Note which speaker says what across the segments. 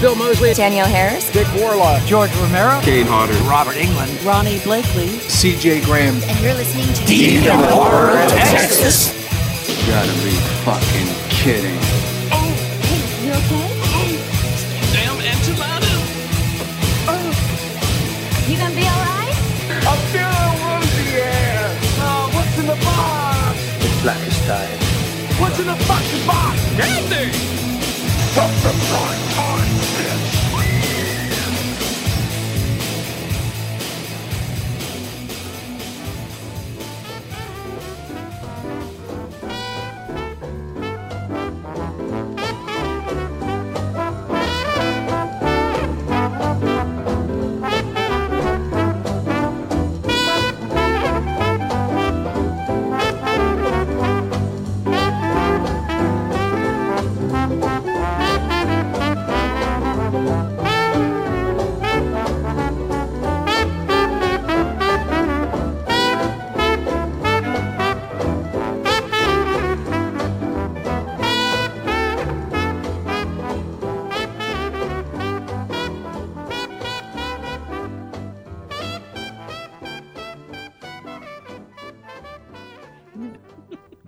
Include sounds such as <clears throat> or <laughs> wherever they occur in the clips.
Speaker 1: Bill Mosley,
Speaker 2: Danielle Harris,
Speaker 3: Dick Warlock,
Speaker 4: George Romero,
Speaker 5: Kane Hodder,
Speaker 6: Robert England,
Speaker 7: Ronnie Blakely,
Speaker 8: CJ Graham,
Speaker 9: and you're listening to
Speaker 6: Dean of Horror, Texas.
Speaker 5: You gotta be fucking kidding.
Speaker 9: Oh, hey, you okay?
Speaker 6: Oh, damn enchilada.
Speaker 9: Oh, you gonna be alright?
Speaker 10: I'm feeling woozy, yeah. Oh, what's in the box?
Speaker 5: It's black as time.
Speaker 10: What's in the fucking box?
Speaker 6: Nothing.
Speaker 10: Stop the front time, bitch.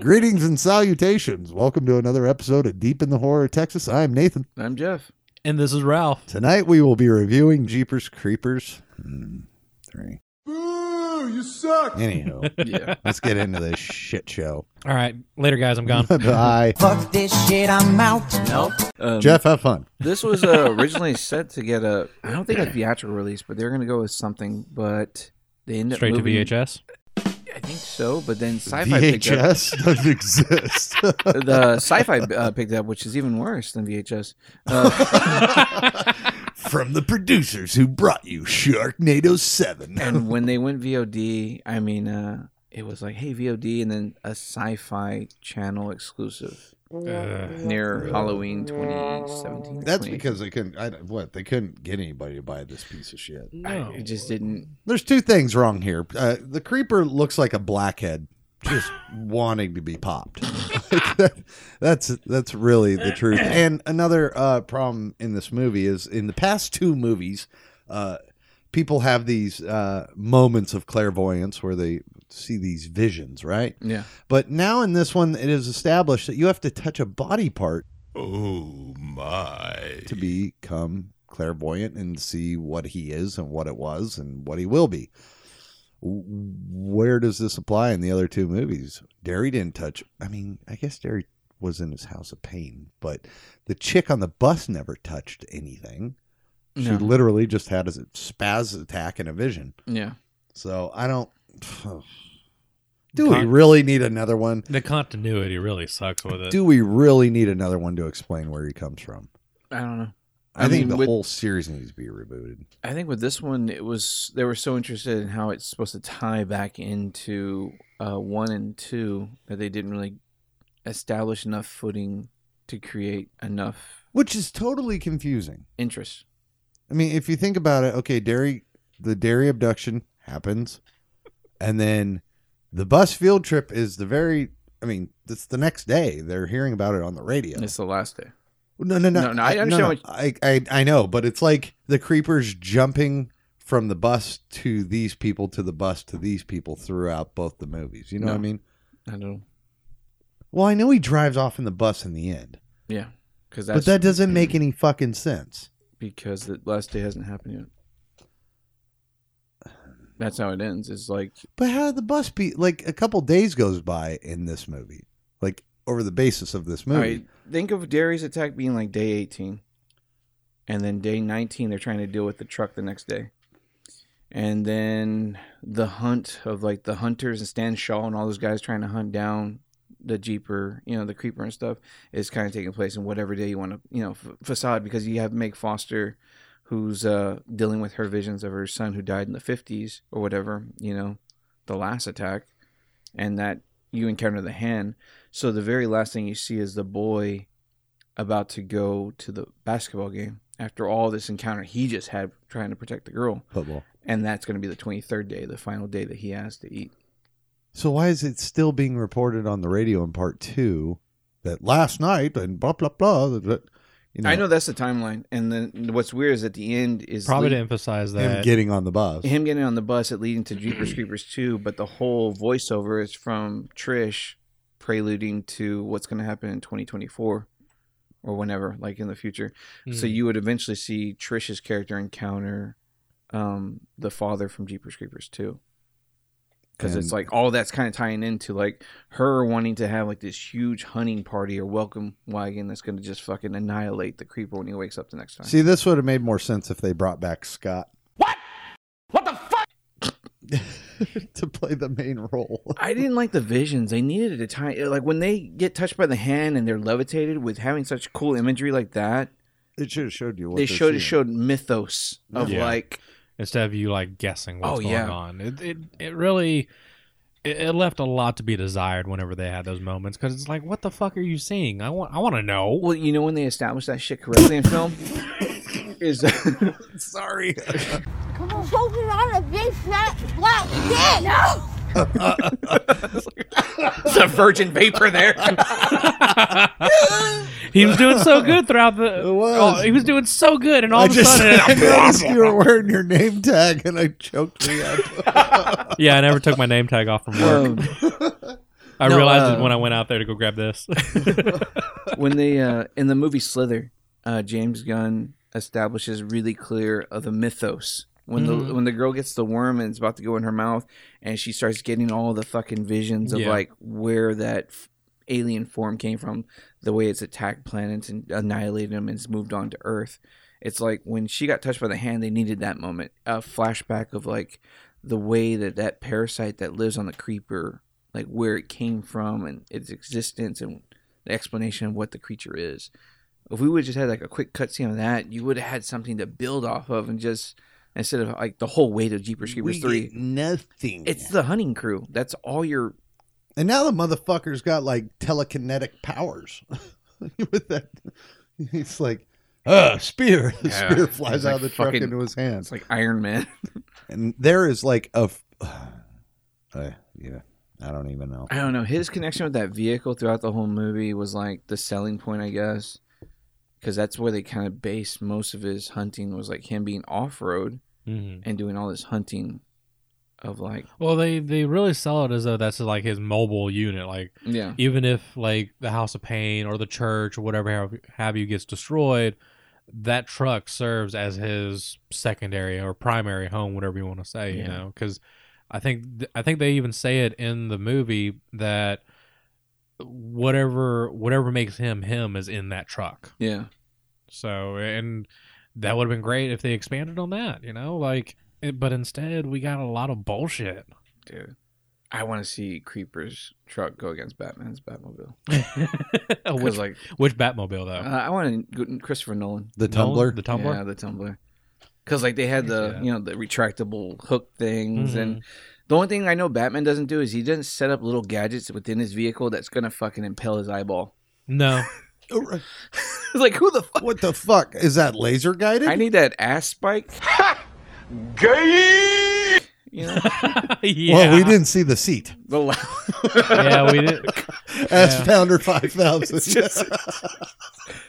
Speaker 11: Greetings and salutations. Welcome to another episode of Deep in the Horror Texas. I'm Nathan.
Speaker 5: I'm Jeff.
Speaker 12: And this is Ralph.
Speaker 11: Tonight we will be reviewing Jeepers Creepers Hmm, three.
Speaker 3: Boo, you suck.
Speaker 11: Anyhow, <laughs>
Speaker 5: Yeah.
Speaker 11: let's get into this shit show.
Speaker 12: All right. Later, guys. I'm gone.
Speaker 11: Bye.
Speaker 7: Fuck this shit, I'm out.
Speaker 6: Nope.
Speaker 5: Um,
Speaker 11: Jeff, have fun.
Speaker 5: this was uh, originally set to get a, I don't think a theatrical release, but they were gonna go with something, but they ended
Speaker 12: Straight
Speaker 5: up
Speaker 12: to
Speaker 5: moving,
Speaker 12: VHS.
Speaker 5: I think so, but then sci-fi picked up
Speaker 11: VHS doesn't exist.
Speaker 5: the sci-fi uh, picked up, which is even worse than VHS. Uh,
Speaker 11: <laughs> From the producers who brought you Sharknado 7. <laughs>
Speaker 5: and when they went VOD, I mean, uh, it was like, hey, VOD, and then a sci-fi channel exclusive
Speaker 12: Uh,
Speaker 5: near Halloween 2017.
Speaker 11: That's
Speaker 5: 20.
Speaker 11: because they couldn't. I, don't- what they couldn't get anybody to buy this piece of shit.
Speaker 5: I, it just didn't.
Speaker 11: There's two things wrong here. Uh, the creeper looks like a blackhead, just wanting to be popped. <laughs> that's that's really the truth. And another uh, problem in this movie is in the past two movies, uh, people have these uh, moments of clairvoyance where they see these visions, right?
Speaker 5: Yeah.
Speaker 11: But now in this one, it is established that you have to touch a body part
Speaker 3: Oh my.
Speaker 11: to become clairvoyant and see what he is and what it was and what he will be. W- Where does this apply in the other two movies? Derry didn't touch. I mean, I guess Derry was in his house of pain, but the chick on the bus never touched anything. She
Speaker 5: No.
Speaker 11: literally just had a spaz attack and a vision.
Speaker 5: Yeah.
Speaker 11: So I don't. <sighs> Do we really need another one?
Speaker 12: The continuity really sucks with it.
Speaker 11: Do we really need another one to explain where he comes from?
Speaker 5: I don't know.
Speaker 11: I,
Speaker 5: I
Speaker 11: think
Speaker 5: mean,
Speaker 11: the
Speaker 5: with-
Speaker 11: whole series needs to be rebooted.
Speaker 5: I think with this one, it was they were so interested in how it's supposed to tie back into uh, one and two that they didn't really establish enough footing to create enough
Speaker 11: which is totally confusing.
Speaker 5: interest.
Speaker 11: I mean, if you think about it, okay, dairy the dairy abduction happens, and then the bus field trip is the very. I mean, it's the next day. They're hearing about it on the radio.
Speaker 5: It's the last day.
Speaker 11: No, no, no.
Speaker 5: No, no, I understand what-
Speaker 11: I, I, I know, but it's like the creepers jumping from the bus to these people to the bus to these people throughout both the movies. You know
Speaker 5: No.
Speaker 11: what I mean?
Speaker 5: I don't know.
Speaker 11: Well, I know he drives off in the bus in the end,
Speaker 5: Yeah, because
Speaker 11: but that doesn't make any fucking sense.
Speaker 5: because the last day hasn't happened yet. That's how it ends. It's like
Speaker 11: But how did the bus be like a couple days goes by in this movie? Like over the basis of this movie.
Speaker 5: all right, think of Derry's attack being like day eighteen, and then day nineteen they're trying to deal with the truck the next day, and then the hunt of like the hunters and Stan Shaw and all those guys trying to hunt down the jeeper, you know, the creeper and stuff is kind of taking place in whatever day you want to, you know, f- facade because you have Meg Foster. Who's uh, dealing with her visions of her son who died in the 50s or whatever, you know, the last attack, and that you encounter the hand. So the very last thing you see is the boy about to go to the basketball game after all this encounter he just had trying to protect the girl.
Speaker 11: Football.
Speaker 5: And that's going to be the 23rd day, the final day that he has to eat.
Speaker 11: So why is it still being reported on the radio in part two that last night and blah blah blah that- that You know,
Speaker 5: I know that's the timeline. And then what's weird is at the end is
Speaker 12: Probably
Speaker 5: lead-
Speaker 12: to emphasize
Speaker 11: him
Speaker 12: that.
Speaker 11: getting on the bus.
Speaker 5: him getting on the bus, it leading to Jeepers Creepers 2, but the whole voiceover is from Trish preluding to what's going to happen in 2024 or whenever, like in the future. So
Speaker 12: Mm.
Speaker 5: you would eventually see Trish's character encounter um, the father from Jeepers Creepers 2. Because
Speaker 11: And-
Speaker 5: it's like all that's kind of tying into like her wanting to have like this huge hunting party or welcome wagon that's going to just fucking annihilate the creeper when he wakes up the next time.
Speaker 11: See, this would have made more sense if they brought back Scott. What? What the fuck? <laughs> to play the main role.
Speaker 5: I didn't like the visions. They needed a time like when they get touched by the hand and they're levitated with having such cool imagery like that.
Speaker 11: It should have showed you what
Speaker 5: they
Speaker 11: they're
Speaker 5: showed it
Speaker 11: seeing.
Speaker 5: showed mythos of
Speaker 12: Yeah.
Speaker 5: like
Speaker 12: instead of you like guessing
Speaker 5: Oh,
Speaker 12: what's going
Speaker 5: yeah.
Speaker 12: on. It it, it really it, it left a lot to be desired whenever they had those moments because it's like, what the fuck are you seeing? I want I want to <laughs> know.
Speaker 5: well, you know when they established that shit correctly in
Speaker 11: <laughs>
Speaker 5: film is <laughs>
Speaker 11: Sorry.
Speaker 9: Come on. Choking on a big flat black dick. No.
Speaker 5: the virgin vapor there.
Speaker 12: He was doing so good throughout the.
Speaker 11: It was.
Speaker 12: Oh, he was doing so good, and all
Speaker 11: I
Speaker 12: of a
Speaker 11: just <laughs>
Speaker 5: <laughs>
Speaker 11: I
Speaker 12: sudden,
Speaker 11: noticed you were wearing your name tag and I choked me up.
Speaker 12: yeah, I never took my name tag off from work.
Speaker 5: Um,
Speaker 12: I
Speaker 5: no,
Speaker 12: realized
Speaker 5: uh,
Speaker 12: it when I went out there to go grab this. <laughs>
Speaker 5: when they uh, in the movie Slither, uh, James Gunn establishes really clear of the mythos. When the when the girl gets the worm and it's about to go in her mouth, and she starts getting all the fucking visions of
Speaker 12: Yeah.
Speaker 5: like where that f- alien form came from, the way it's attacked planets and annihilated them, and it's moved on to Earth. It's like when she got touched by the hand, they needed that moment, a flashback of like the way that that parasite that lives on the creeper, like where it came from and its existence and the explanation of what the creature is. If we would just had like a quick cutscene on that, you would have had something to build off of and just instead of like the whole weight of Jeepers Creepers three.
Speaker 11: nothing.
Speaker 5: It's the hunting crew. That's all your
Speaker 11: and now the motherfucker's got like telekinetic powers. <laughs> With that, he's like, uh, spear. <laughs> The
Speaker 5: Yeah.
Speaker 11: spear flies
Speaker 5: He's
Speaker 11: out
Speaker 5: like
Speaker 11: of the truck
Speaker 5: fucking-
Speaker 11: into his hands.
Speaker 5: it's like Iron Man. <laughs>
Speaker 11: and there is like a, f- <sighs> uh, yeah, I don't even know.
Speaker 5: I don't know. His connection with that vehicle throughout the whole movie was like the selling point, I guess, because that's where they kind of based most of his hunting was like him being off road
Speaker 12: Mhm.
Speaker 5: and doing all this hunting of like
Speaker 12: Well, they they really sell it as though that's like his mobile unit. Like
Speaker 5: yeah
Speaker 12: even if like the House of Pain or the church or whatever have, have you gets destroyed, that truck serves as his secondary or primary home, whatever you want to say. You
Speaker 5: Yeah.
Speaker 12: know, because I think th- I think they even say it in the movie that whatever whatever makes him him is in that truck.
Speaker 5: yeah
Speaker 12: So and that would have been great if they expanded on that. You know, like it, but instead we got a lot of bullshit. <laughs>
Speaker 5: dude. I want to see Creeper's truck go against Batman's Batmobile.
Speaker 12: which,
Speaker 5: Because like
Speaker 12: which Batmobile though?
Speaker 5: uh, I want to Christopher Nolan.
Speaker 11: The
Speaker 12: Nolan?
Speaker 11: tumbler.
Speaker 12: The Tumbler.
Speaker 5: Yeah, the tumbler. Because like they had the
Speaker 12: Yeah.
Speaker 5: you know the retractable hook things, and the only thing I know Batman doesn't do is he doesn't set up little gadgets within his vehicle that's gonna fucking impel his eyeball. <laughs>
Speaker 12: No,
Speaker 5: It's like who the fuck?
Speaker 11: Oh, what the fuck is that? Laser guided?
Speaker 5: I need that ass spike.
Speaker 10: Gay!
Speaker 5: You know
Speaker 12: yeah,
Speaker 11: Well, we didn't see the seat.
Speaker 5: the la-
Speaker 12: <laughs> yeah, we
Speaker 11: <laughs>
Speaker 12: did.
Speaker 11: S
Speaker 5: <laughs>
Speaker 11: pounder five thousand.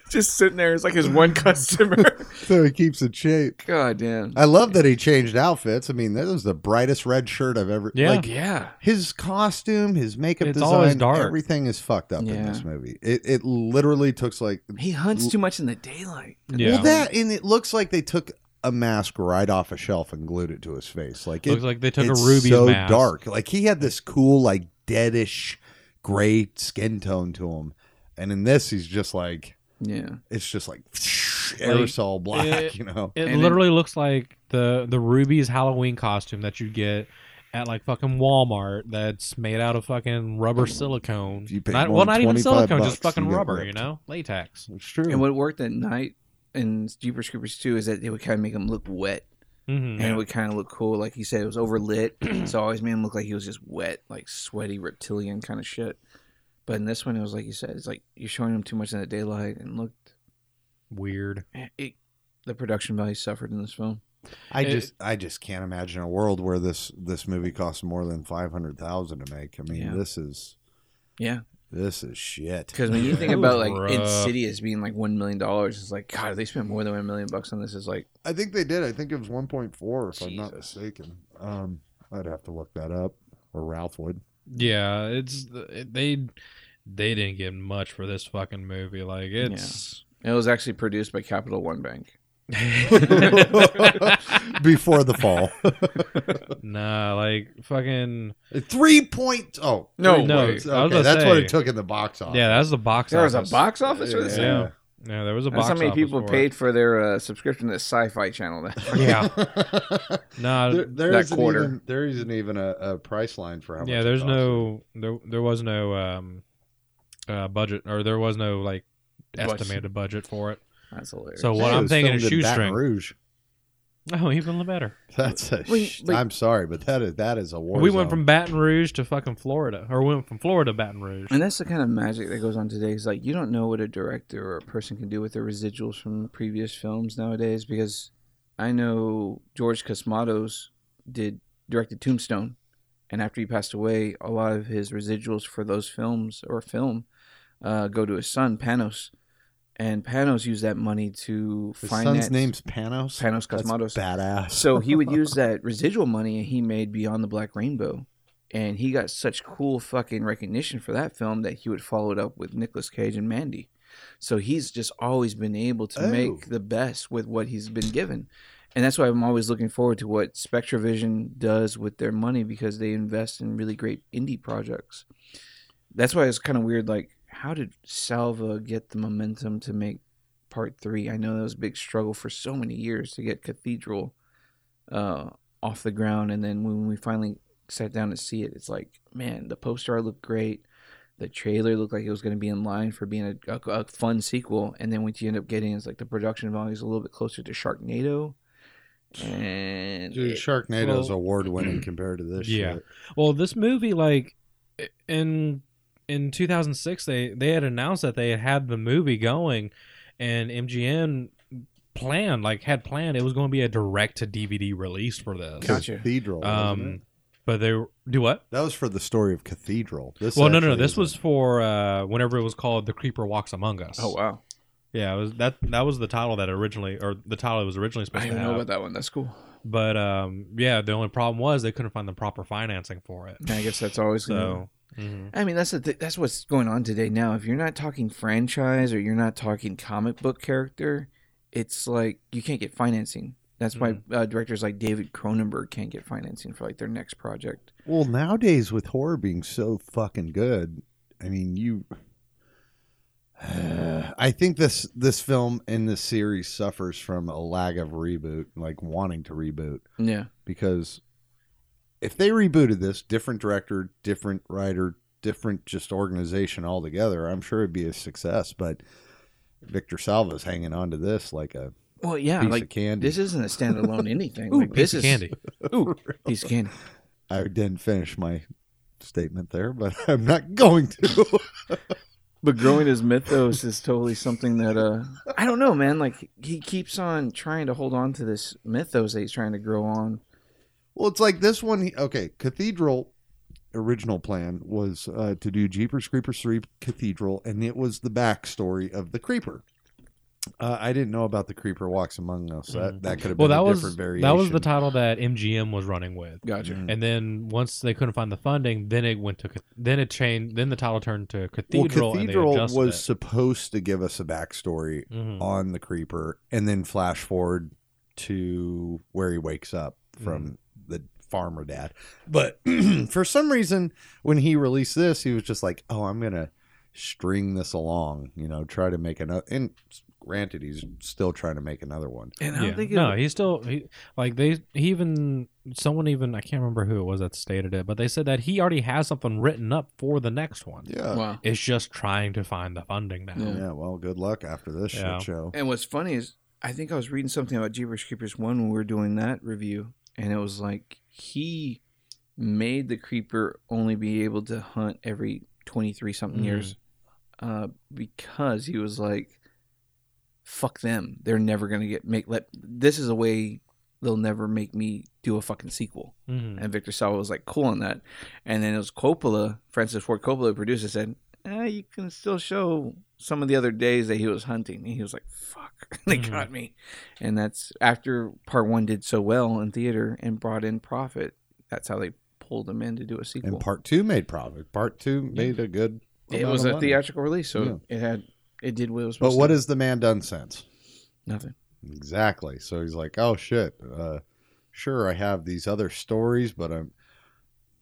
Speaker 5: just sitting there. It's like his
Speaker 12: <laughs>
Speaker 5: one customer.
Speaker 11: <laughs> so he keeps in shape.
Speaker 5: God damn.
Speaker 11: I love that he changed outfits. I mean, that was the brightest red shirt I've ever.
Speaker 12: Yeah.
Speaker 11: Like
Speaker 5: Yeah.
Speaker 11: his costume, his makeup
Speaker 12: It's
Speaker 11: design,
Speaker 12: always dark.
Speaker 11: everything is fucked up in
Speaker 5: Yeah.
Speaker 11: this movie. It it literally looks like
Speaker 5: He hunts too much in the daylight.
Speaker 12: Yeah,
Speaker 11: well that, and it looks like they took a mask right off a shelf and glued it to his face. Like it
Speaker 12: looks like they took
Speaker 11: it's
Speaker 12: a ruby
Speaker 11: so
Speaker 12: mask.
Speaker 11: dark. Like he had this cool, like deadish gray skin tone to him, and in this, he's just like
Speaker 5: Yeah.
Speaker 11: it's just like aerosol black. <laughs>
Speaker 12: it-
Speaker 11: you know,
Speaker 12: It
Speaker 5: And
Speaker 12: literally looks like the the Ruby's Halloween costume that you get at like fucking Walmart. That's made out of fucking rubber silicone.
Speaker 11: If you pay
Speaker 12: Not,
Speaker 11: more
Speaker 12: well,
Speaker 11: than
Speaker 12: not even
Speaker 11: 25
Speaker 12: silicone, just
Speaker 11: bucks, you
Speaker 12: fucking
Speaker 11: get
Speaker 12: rubber.
Speaker 11: ripped.
Speaker 12: You know, latex.
Speaker 11: it's true.
Speaker 5: And what worked at night in Jeepers Creepers 2 is that they would kind of make him look wet.
Speaker 12: Mm-hmm.
Speaker 5: And it would kind of look cool. Like he said, it
Speaker 12: <clears throat>
Speaker 5: was overlit. so it always made him look like he was just wet, like sweaty reptilian kind of shit. But in this one, it was like you said, it's like you're showing him too much in the daylight and looked.
Speaker 12: Weird.
Speaker 5: It, the production value suffered in this film.
Speaker 11: I
Speaker 12: It-
Speaker 11: just I just can't imagine a world where this this movie costs more than five hundred thousand to make. I mean,
Speaker 5: Yeah.
Speaker 11: this is
Speaker 5: Yeah.
Speaker 11: This is shit.
Speaker 5: Because when you
Speaker 12: <laughs>
Speaker 5: think about like
Speaker 12: Rough.
Speaker 5: Insidious being like one million dollars, it's like God, they spent more than one million bucks on this. It's like
Speaker 11: I think they did. I think it was 1.4, if I'm not
Speaker 5: Jesus.
Speaker 11: mistaken. Um, I'd have to look that up, or Ralph
Speaker 12: <laughs>
Speaker 11: would. <laughs>
Speaker 12: Yeah, it's they they didn't get much for this fucking movie.
Speaker 11: <laughs>
Speaker 12: Like it's <laughs>
Speaker 5: it was actually produced by Capital One Bank.
Speaker 11: Before the fall,
Speaker 12: nah, like fucking
Speaker 11: three point. Oh
Speaker 5: No,
Speaker 12: No,
Speaker 5: way.
Speaker 12: it's- I
Speaker 11: okay,
Speaker 12: was gonna
Speaker 11: that's what
Speaker 12: say.
Speaker 11: it took in the box office.
Speaker 12: yeah, that was the box.
Speaker 5: there was a
Speaker 12: office.
Speaker 5: box office for this.
Speaker 12: Yeah,
Speaker 5: thing?
Speaker 12: yeah, there was a
Speaker 5: That's
Speaker 12: box.
Speaker 5: how many
Speaker 12: office
Speaker 5: people
Speaker 12: for
Speaker 5: paid
Speaker 12: It.
Speaker 5: for their uh, subscription to Sci-Fi Channel.
Speaker 12: <laughs>
Speaker 11: <laughs>
Speaker 12: Yeah, nah,
Speaker 11: there, there
Speaker 5: That
Speaker 11: isn't
Speaker 5: quarter.
Speaker 11: even there isn't even a, a price line for how much.
Speaker 12: yeah.
Speaker 11: it
Speaker 12: There's
Speaker 11: costs.
Speaker 12: no there there was no um uh budget or there was no like
Speaker 5: Budget.
Speaker 12: estimated budget for it.
Speaker 5: That's hilarious.
Speaker 12: So
Speaker 11: Hey,
Speaker 12: what
Speaker 11: it
Speaker 12: I'm
Speaker 11: was
Speaker 12: thinking is
Speaker 11: filmed in Baton
Speaker 12: shoestring.
Speaker 11: Rouge.
Speaker 12: Oh, even better.
Speaker 11: <laughs> That's a.
Speaker 5: Wait,
Speaker 11: sh-
Speaker 5: wait.
Speaker 11: I'm sorry, but that is that is a war.
Speaker 12: we
Speaker 11: zone.
Speaker 12: went from Baton Rouge to fucking Florida, or we went from Florida to Baton Rouge.
Speaker 5: and that's the kind of magic that goes on today. Is like you don't know what a director or a person can do with their residuals from previous films nowadays. Because I know George Cosmatos did directed Tombstone, and after he passed away, a lot of his residuals for those films or film uh, go to his son Panos, and Panos used that money to
Speaker 11: His
Speaker 5: finance.
Speaker 11: son's name's Panos.
Speaker 5: Panos
Speaker 11: That's
Speaker 5: Cosmatos.
Speaker 11: Badass.
Speaker 5: So
Speaker 11: <laughs>
Speaker 5: he would use that residual money he made Beyond the Black Rainbow. And he got such cool fucking recognition for that film that he would follow it up with Nicolas Cage and Mandy. So he's just always been able to
Speaker 11: Oh.
Speaker 5: make the best with what he's been given. And that's why I'm always looking forward to what Spectrovision does with their money because they invest in really great indie projects. That's why it's kind of weird. Like, how did Salva get the momentum to make part three? I know that was a big struggle for so many years to get Cathedral uh, off the ground. And then when we finally sat down to see it, it's like, man, the poster art looked great. The trailer looked like it was going to be in line for being a, a, a fun sequel. And then what you end up getting is like the production value is a little bit closer to Sharknado. And
Speaker 11: Dude,
Speaker 5: it-
Speaker 11: Sharknado's
Speaker 12: well-
Speaker 11: award
Speaker 12: <clears throat>
Speaker 11: winning compared to this.
Speaker 12: Yeah.
Speaker 11: shit.
Speaker 12: Well, this movie, like in in 2006, they they had announced that they had had the movie going, and MGM planned like had planned it was going to be a direct to DVD release for this.
Speaker 5: Gotcha.
Speaker 11: Cathedral. wasn't it?
Speaker 12: Um, but they were- do what?
Speaker 11: that was for the story of Cathedral. This
Speaker 12: well, no, no, no.
Speaker 11: actually
Speaker 12: This
Speaker 11: isn't.
Speaker 12: was for uh, whenever it was called "The Creeper Walks Among Us."
Speaker 5: oh, wow.
Speaker 12: yeah, it was that that was the title that originally, or the title it was originally
Speaker 5: I
Speaker 12: supposed
Speaker 5: didn't
Speaker 12: to
Speaker 5: know
Speaker 12: have.
Speaker 5: about that one. That's cool.
Speaker 12: But um, yeah, the only problem was they couldn't find the proper financing for it.
Speaker 5: And I guess that's always going to
Speaker 12: So, mhm.
Speaker 5: I mean, that's the th- that's what's going on today. Now, if you're not talking franchise or you're not talking comic book character, it's like you can't get financing. That's why uh, directors like David Cronenberg can't get financing for like their next project.
Speaker 11: Well, nowadays with horror being so fucking good, I mean, you. <sighs> I think this this film and this series suffers from a lack of reboot, like wanting to reboot.
Speaker 5: Yeah,
Speaker 11: because if they rebooted this, different director, different writer, different just organization altogether, I'm sure it'd be a success. But Victor Salva's hanging on to this like a
Speaker 5: well, yeah,
Speaker 11: piece of
Speaker 5: like
Speaker 11: candy.
Speaker 5: this isn't a standalone anything.
Speaker 12: Ooh,
Speaker 5: like,
Speaker 12: piece
Speaker 5: this
Speaker 12: of
Speaker 5: is
Speaker 12: candy.
Speaker 5: Ooh, piece of candy.
Speaker 11: I didn't finish my statement there, but <laughs> I'm not going to.
Speaker 5: But growing his mythos is totally something that uh I don't know, man. Like he keeps on trying to hold on to this mythos that he's trying to grow on.
Speaker 11: well, it's like this one. Okay, Cathedral original plan was uh, to do Jeepers Creepers 3 Cathedral, and it was the backstory of the Creeper. Uh, I didn't know about the Creeper Walks Among Us. That, that could have
Speaker 12: Mm-hmm. well,
Speaker 11: been
Speaker 12: that
Speaker 11: a
Speaker 12: was
Speaker 11: different Mm. variation.
Speaker 12: that was the title that MGM was running with,
Speaker 5: Gotcha.
Speaker 12: and then once they couldn't find the funding, then it went to Ca- then it changed. Then the title turned to Cathedral.
Speaker 11: well, Cathedral
Speaker 12: and they adjusted
Speaker 11: was
Speaker 12: It.
Speaker 11: supposed to give us a backstory
Speaker 12: Mhm.
Speaker 11: on the Creeper, and then flash forward to where he wakes up from
Speaker 12: Mm-hmm.
Speaker 11: the farmer dad. But <clears throat> for some reason, when he released this, he was just like, "Oh, I'm gonna string this along," you know, try to make another. And granted, he's still trying to make another one.
Speaker 5: And I don't
Speaker 12: Yeah.
Speaker 5: think it,
Speaker 12: No, he's still he, like they. He even someone even I can't remember who it was that stated it, but they said that he already has something written up for the next one.
Speaker 11: Yeah.
Speaker 5: wow.
Speaker 12: It's just trying to find the funding now.
Speaker 5: Yeah.
Speaker 11: Yeah. Well, good luck after this
Speaker 12: Yeah.
Speaker 11: shit show.
Speaker 5: And what's funny is I think I was reading something about Jeepers Creepers one when we were doing that review, and it was like he made the creeper only be able to hunt every twenty three something
Speaker 12: Mhm.
Speaker 5: years, uh, because he was like, "Fuck them! They're never gonna get make let. This is a way they'll never make me do a fucking sequel."
Speaker 12: Mhm.
Speaker 5: And Victor Salva was like cool on that. And then it was Coppola, Francis Ford Coppola, the producer, said, eh, you can still show some of the other days that he was hunting. And he was like, fuck, <laughs> they
Speaker 12: Mhm.
Speaker 5: got me. And that's after part one did so well in theater and brought in profit. That's how they pulled him in to do a sequel.
Speaker 11: And part two made profit. Part two made a good.
Speaker 5: it
Speaker 11: amount
Speaker 5: was
Speaker 11: of
Speaker 5: a
Speaker 11: money.
Speaker 5: theatrical release, so it had it did what it was supposed
Speaker 11: But what
Speaker 5: to.
Speaker 11: has the man done since?
Speaker 5: nothing?
Speaker 11: Exactly. So he's like, oh shit. Uh, sure, I have these other stories, but I'm,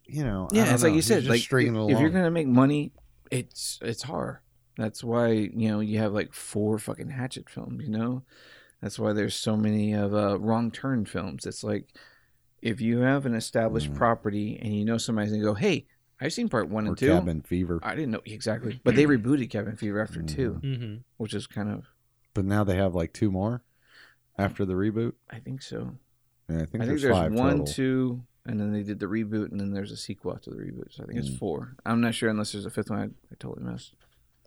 Speaker 11: you know, I
Speaker 5: Yeah,
Speaker 11: don't
Speaker 5: it's
Speaker 11: know.
Speaker 5: like you
Speaker 11: He's
Speaker 5: said,
Speaker 11: just
Speaker 5: like if,
Speaker 11: stringing
Speaker 5: if you're
Speaker 11: along.
Speaker 5: gonna make money, it's it's horror. That's why you know you have like four fucking Hatchet films. You know, that's why there's so many of uh, Wrong Turn films. It's like if you have an established
Speaker 11: Mhm.
Speaker 5: property and you know somebody's gonna go, hey, I've seen part one
Speaker 11: or
Speaker 5: and two.
Speaker 11: cabin fever.
Speaker 5: I didn't know exactly, but they rebooted Cabin Fever after
Speaker 11: Mhm.
Speaker 5: two,
Speaker 12: Mm-hmm.
Speaker 5: which is kind of
Speaker 11: But now they have like two more after the reboot.
Speaker 5: I think so.
Speaker 11: And I think
Speaker 5: I think
Speaker 11: there's,
Speaker 5: there's,
Speaker 11: five
Speaker 5: one,
Speaker 11: total.
Speaker 5: two, and then they did the reboot, and then there's a sequel after the reboot. So I think it's
Speaker 11: Mm.
Speaker 5: four. I'm not sure unless there's a fifth one. I, I totally missed.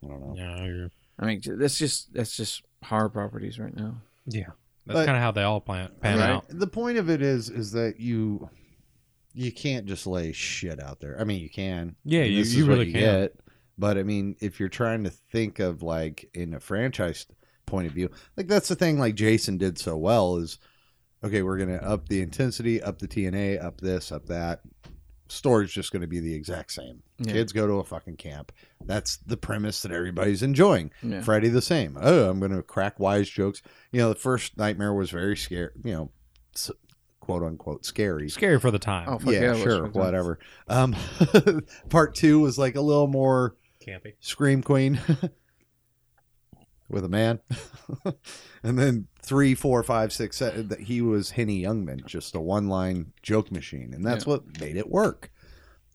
Speaker 11: I don't know.
Speaker 12: Yeah, you're-
Speaker 5: I mean, j- that's just that's just horror properties right now.
Speaker 12: yeah. That's
Speaker 11: But-
Speaker 12: kind of how they all plan, pan
Speaker 5: Right.
Speaker 12: out.
Speaker 11: The point of it is, is that you, you can't just lay shit out there. I mean, you can.
Speaker 12: Yeah,
Speaker 11: And
Speaker 12: you-
Speaker 11: this
Speaker 12: you
Speaker 11: is what
Speaker 12: really can.
Speaker 11: Get, but I mean, if you're trying to think of like in a franchise point of view, like that's the thing. Like Jason did so well is, okay, we're gonna up the intensity, up the TNA, up this, up that. Story's just gonna be the exact same.
Speaker 5: Yeah.
Speaker 11: Kids go to a fucking camp. That's the premise that everybody's enjoying.
Speaker 5: Yeah.
Speaker 11: Friday the same. Oh, I'm going to crack wise jokes. You know, the first nightmare was very scary. You know, s- quote unquote scary.
Speaker 12: Scary for the time.
Speaker 5: Oh, fuck yeah, it
Speaker 11: yeah,
Speaker 5: was
Speaker 11: sure,
Speaker 5: fucked up.
Speaker 11: whatever. Um, <laughs> part two was like a little more
Speaker 12: Campy.
Speaker 11: scream queen <laughs> with a man, <laughs> and then three, four, five, six. se- that he was Henny Youngman, just a one-line joke machine, and that's what made it work.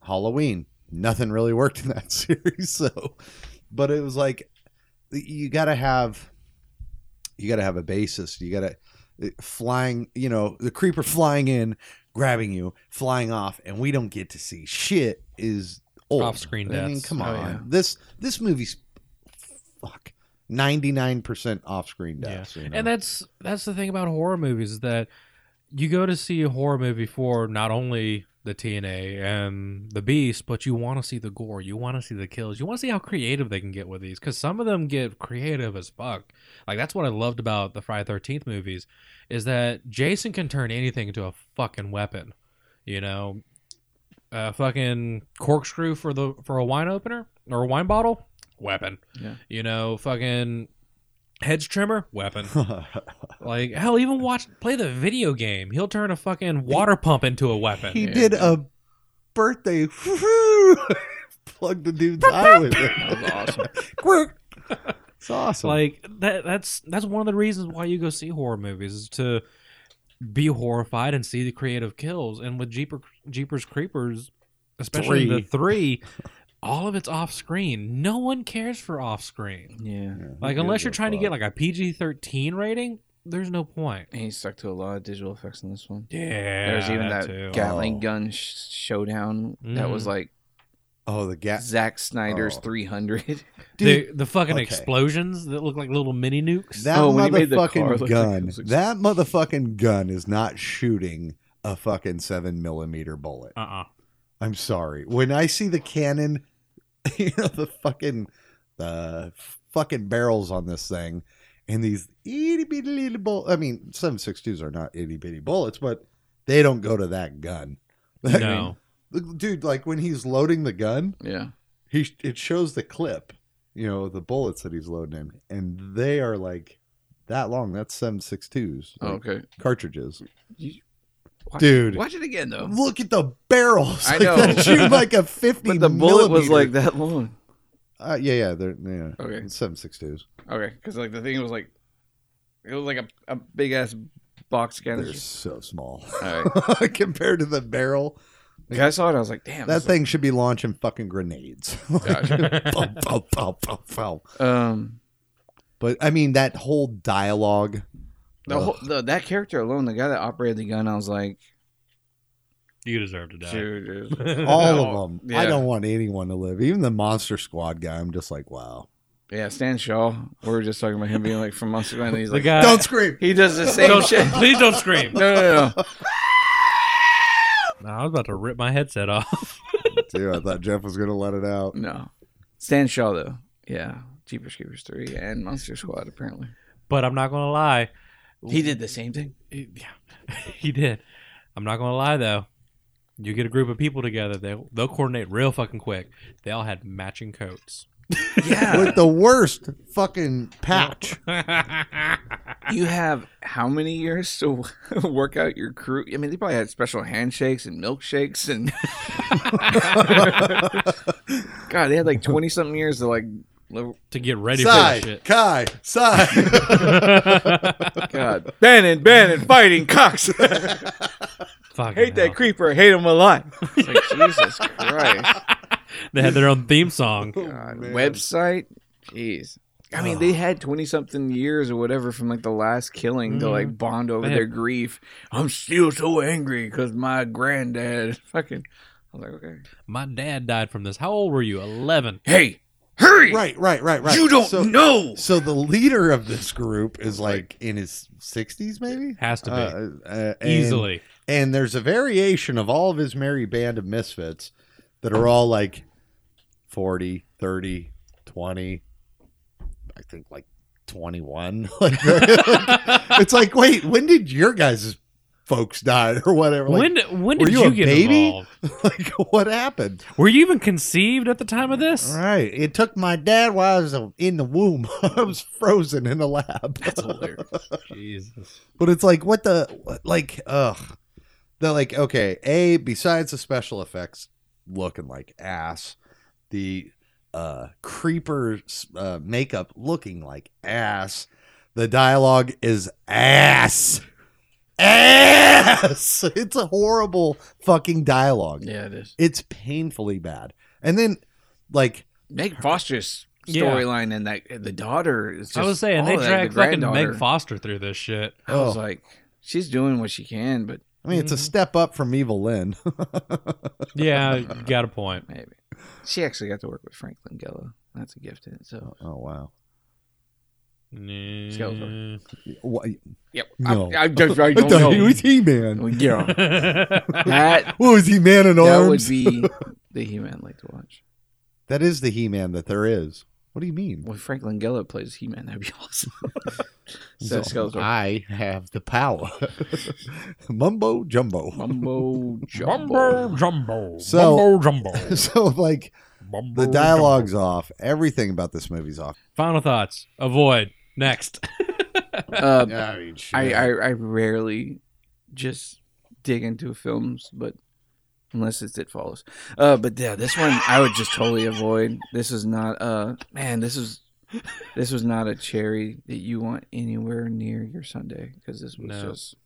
Speaker 11: Halloween, nothing really worked in that <laughs> series, so. But it was like you got to have you got to have a basis. You got to flying, you know, the creeper flying in, grabbing you, flying off, and we don't get to see shit is old.
Speaker 12: Off-screen
Speaker 11: I mean,
Speaker 12: deaths.
Speaker 11: come
Speaker 5: Oh,
Speaker 11: on,
Speaker 5: yeah.
Speaker 11: this this movie's fuck ninety nine percent off screen deaths. you know?
Speaker 12: And that's that's the thing about horror movies is that you go to see a horror movie for not only the TNA and the Beast, but you want to see the gore, you want to see the kills, you want to see how creative they can get with these because some of them get creative as fuck. Like that's what I loved about the Friday Thirteenth movies is that Jason can turn anything into a fucking weapon. You know, a fucking corkscrew for the for a wine opener or a wine bottle, weapon.
Speaker 5: Yeah.
Speaker 12: You know, fucking hedge trimmer, weapon.
Speaker 11: <laughs>
Speaker 12: Like hell, even watch play the video game. He'll turn a fucking water pump into a weapon.
Speaker 11: <laughs> he did a birthday. <laughs> Plugged the dude's eye with it.
Speaker 5: That was awesome.
Speaker 11: Quirk. It's awesome.
Speaker 12: like that. That's that's one of the reasons why you go see horror movies is to be horrified and see the creative kills. And with Jeeper, Jeepers Creepers, especially the
Speaker 11: <laughs>
Speaker 12: three, all of it's off screen. No one cares for off screen.
Speaker 5: yeah,
Speaker 11: Yeah, who
Speaker 12: Like unless
Speaker 11: gives
Speaker 12: you're
Speaker 11: a
Speaker 12: trying to
Speaker 11: fuck?
Speaker 12: get like a PG thirteen rating, there's no point.
Speaker 5: and he stuck to a lot of digital effects in this one.
Speaker 12: Yeah,
Speaker 5: There's even that
Speaker 12: too.
Speaker 5: Gatling
Speaker 11: Oh.
Speaker 5: gun sh- showdown that was
Speaker 12: Mhm.
Speaker 5: like
Speaker 11: Oh, the gas.
Speaker 5: Zack Snyder's
Speaker 11: Oh.
Speaker 5: 300.
Speaker 12: the, the fucking
Speaker 11: okay.
Speaker 12: explosions that look like little mini nukes.
Speaker 11: That
Speaker 5: Oh, when he made the car look
Speaker 11: motherfucking
Speaker 5: like it
Speaker 11: gun.
Speaker 5: was like-
Speaker 11: that motherfucking gun is not shooting a fucking seven millimeter bullet.
Speaker 12: uh uh
Speaker 11: I'm sorry. When I see the cannon, <laughs> you know the fucking the fucking barrels on this thing, and these itty bitty little bull. I mean, seven six twos are not itty bitty bullets, but they don't go to that gun. <laughs> <laughs> I mean, the-
Speaker 12: No.
Speaker 11: dude, like when he's loading the gun,
Speaker 5: <laughs> Yeah,
Speaker 11: he it shows the clip, you know, the bullets that he's loading in, and they are like that long. That's seven six twos
Speaker 5: oh, okay.
Speaker 11: cartridges.
Speaker 5: You- watch-
Speaker 11: Dude.
Speaker 5: watch it again though.
Speaker 11: Look at the barrels.
Speaker 5: Oh.
Speaker 11: <laughs>
Speaker 5: I
Speaker 11: Like,
Speaker 5: know.
Speaker 11: that
Speaker 5: <laughs>
Speaker 11: shoot like a fifty.
Speaker 5: But the bullet was
Speaker 11: millimeter.
Speaker 5: like that long.
Speaker 11: Uh, yeah, yeah, they're yeah.
Speaker 5: Okay.
Speaker 11: seven six twos.
Speaker 5: Okay, because like the thing was like, it was like a, a big ass box
Speaker 11: They're
Speaker 5: scanner.
Speaker 11: so
Speaker 5: <laughs>
Speaker 11: small <laughs>
Speaker 5: All
Speaker 11: compared to the barrel.
Speaker 5: Like, I saw it, I was like, damn.
Speaker 11: That
Speaker 5: this
Speaker 11: thing should be launching fucking grenades. <laughs>
Speaker 5: Gotcha.
Speaker 11: Pow, pow, pow, pow, pow.
Speaker 5: is- Um,
Speaker 11: But I mean, that whole
Speaker 5: <laughs>
Speaker 11: dialogue.
Speaker 5: The whole, the, that character alone, the guy that operated the gun, I was like,
Speaker 12: You deserve to die. <laughs>
Speaker 5: dude, dude.
Speaker 11: all of them. I
Speaker 5: yeah.
Speaker 11: don't want anyone to live. Even the Monster Squad guy. I'm just like, wow.
Speaker 5: yeah, Stan Shaw. We were just talking about him being like from Monster Land. He's
Speaker 12: The
Speaker 5: like,
Speaker 12: guy,
Speaker 11: Don't scream. <laughs>
Speaker 5: he does the same
Speaker 12: Don't-
Speaker 5: <laughs> shit.
Speaker 12: please don't scream.
Speaker 5: No, no, no.
Speaker 12: I was about to rip my headset off. <laughs>
Speaker 11: Dude, I thought Jeff was gonna let it out.
Speaker 5: No. Stan Shaw though. Yeah. Jeepers Creepers 3 and Monster Squad apparently.
Speaker 12: But I'm not gonna lie,
Speaker 5: He did the same thing.
Speaker 12: he, yeah, <laughs> he did. I'm not gonna lie though. You get a group of people together, they they'll coordinate real fucking quick. They all had
Speaker 11: <laughs>
Speaker 12: matching coats.
Speaker 11: with the worst fucking patch.
Speaker 5: You have how many years to <laughs> work out your crew? I mean, they probably had special handshakes and milkshakes and <laughs> God, they had like 20 something years to like lo-
Speaker 12: to get ready for
Speaker 11: Sai, <laughs>
Speaker 12: this shit.
Speaker 11: Kai,
Speaker 5: <laughs>
Speaker 11: Sai.
Speaker 5: God. Bannon, Bannon fighting Cox.
Speaker 12: Fucking
Speaker 5: <laughs> Hate
Speaker 12: hell.
Speaker 5: that creeper. Hate him a lot. It's like, Jesus Christ.
Speaker 12: They had their own theme
Speaker 11: <laughs>
Speaker 12: song.
Speaker 5: God. Website? Jeez. I mean, they had 20 something years or whatever from like the last killing to like bond over
Speaker 12: They had-
Speaker 5: their grief. I'm still so angry because my granddad <laughs> fucking. I was like, okay.
Speaker 12: My dad died from this. How old were you? Eleven.
Speaker 5: Hey, hurry!
Speaker 11: right, right, right, right.
Speaker 5: You don't
Speaker 11: so,
Speaker 5: know!
Speaker 11: So the leader of this group is like in his 60s, maybe?
Speaker 12: Has to be.
Speaker 11: Uh, uh, and- <laughs>
Speaker 12: Easily.
Speaker 11: And there's a variation of all of his merry band of misfits that are all like 40, 30, 20, I think like 21. <laughs> Like, it's like, wait, when did your guys' folks die or whatever? Like,
Speaker 12: when when
Speaker 11: were
Speaker 12: did
Speaker 11: you
Speaker 12: you,
Speaker 11: a
Speaker 12: get
Speaker 11: baby?
Speaker 12: involved?
Speaker 11: <laughs> like what happened?
Speaker 12: Were you even conceived at the time of this?
Speaker 11: Right. It took my dad while I was in the womb. <laughs> I was frozen in the lab. <laughs>
Speaker 12: Jesus.
Speaker 11: but it's like what the what- like ugh. They're like okay, a besides the special effects looking like ass, the uh creeper uh, makeup looking like ass. The dialogue is ass. Ass. <laughs> It's a horrible fucking dialogue.
Speaker 5: Yeah, it is.
Speaker 11: It's painfully bad. And then like
Speaker 5: Meg Foster's
Speaker 12: Yeah.
Speaker 5: storyline and that the daughter is just.
Speaker 12: I was saying
Speaker 5: all
Speaker 12: they
Speaker 5: of that,
Speaker 12: dragged
Speaker 5: the
Speaker 12: fucking
Speaker 5: granddaughter.
Speaker 12: Meg Foster through this shit.
Speaker 5: I was like, mm-hmm. she's doing what she can, but
Speaker 11: oh, I mean, it's a step up from Evil Lynn. <laughs>
Speaker 12: Yeah,
Speaker 5: <laughs>
Speaker 12: you got a point.
Speaker 5: maybe. She actually got to work with Franklin Gello. That's a gift in itself.
Speaker 11: oh wow.
Speaker 12: Mm. <laughs>
Speaker 11: Wha-
Speaker 5: Yep.
Speaker 11: No.
Speaker 5: I, I, just- I
Speaker 11: I
Speaker 5: don't
Speaker 11: thought he
Speaker 5: know.
Speaker 11: was He-Man.
Speaker 5: Well,
Speaker 12: <laughs>
Speaker 5: yeah. That,
Speaker 11: What was He-Man in
Speaker 5: that
Speaker 11: arms?
Speaker 5: would be the He-Man I'd like to watch.
Speaker 11: that is the He-Man that there is. What do you mean?
Speaker 5: Well, if Franklin Gello plays He-Man. That'd be <laughs> awesome. so, Skeletor.
Speaker 11: I have the power. <laughs> Mumbo jumbo.
Speaker 5: Mumbo Jumbo.
Speaker 12: Jumbo jumbo.
Speaker 11: So-
Speaker 12: Mumbo jumbo.
Speaker 11: <laughs> So like
Speaker 12: Mumbo
Speaker 11: the
Speaker 12: jumbo.
Speaker 11: dialogue's off. Everything about this movie's off.
Speaker 12: Final thoughts. Avoid. Next.
Speaker 5: Uh,
Speaker 11: I mean, shit.
Speaker 5: I, I I rarely just dig into films, but unless it's it follows. Uh, but yeah, this one I would just totally avoid. This is not uh man, this is this was not a cherry that you want anywhere near your Sunday because this was
Speaker 12: No.
Speaker 5: just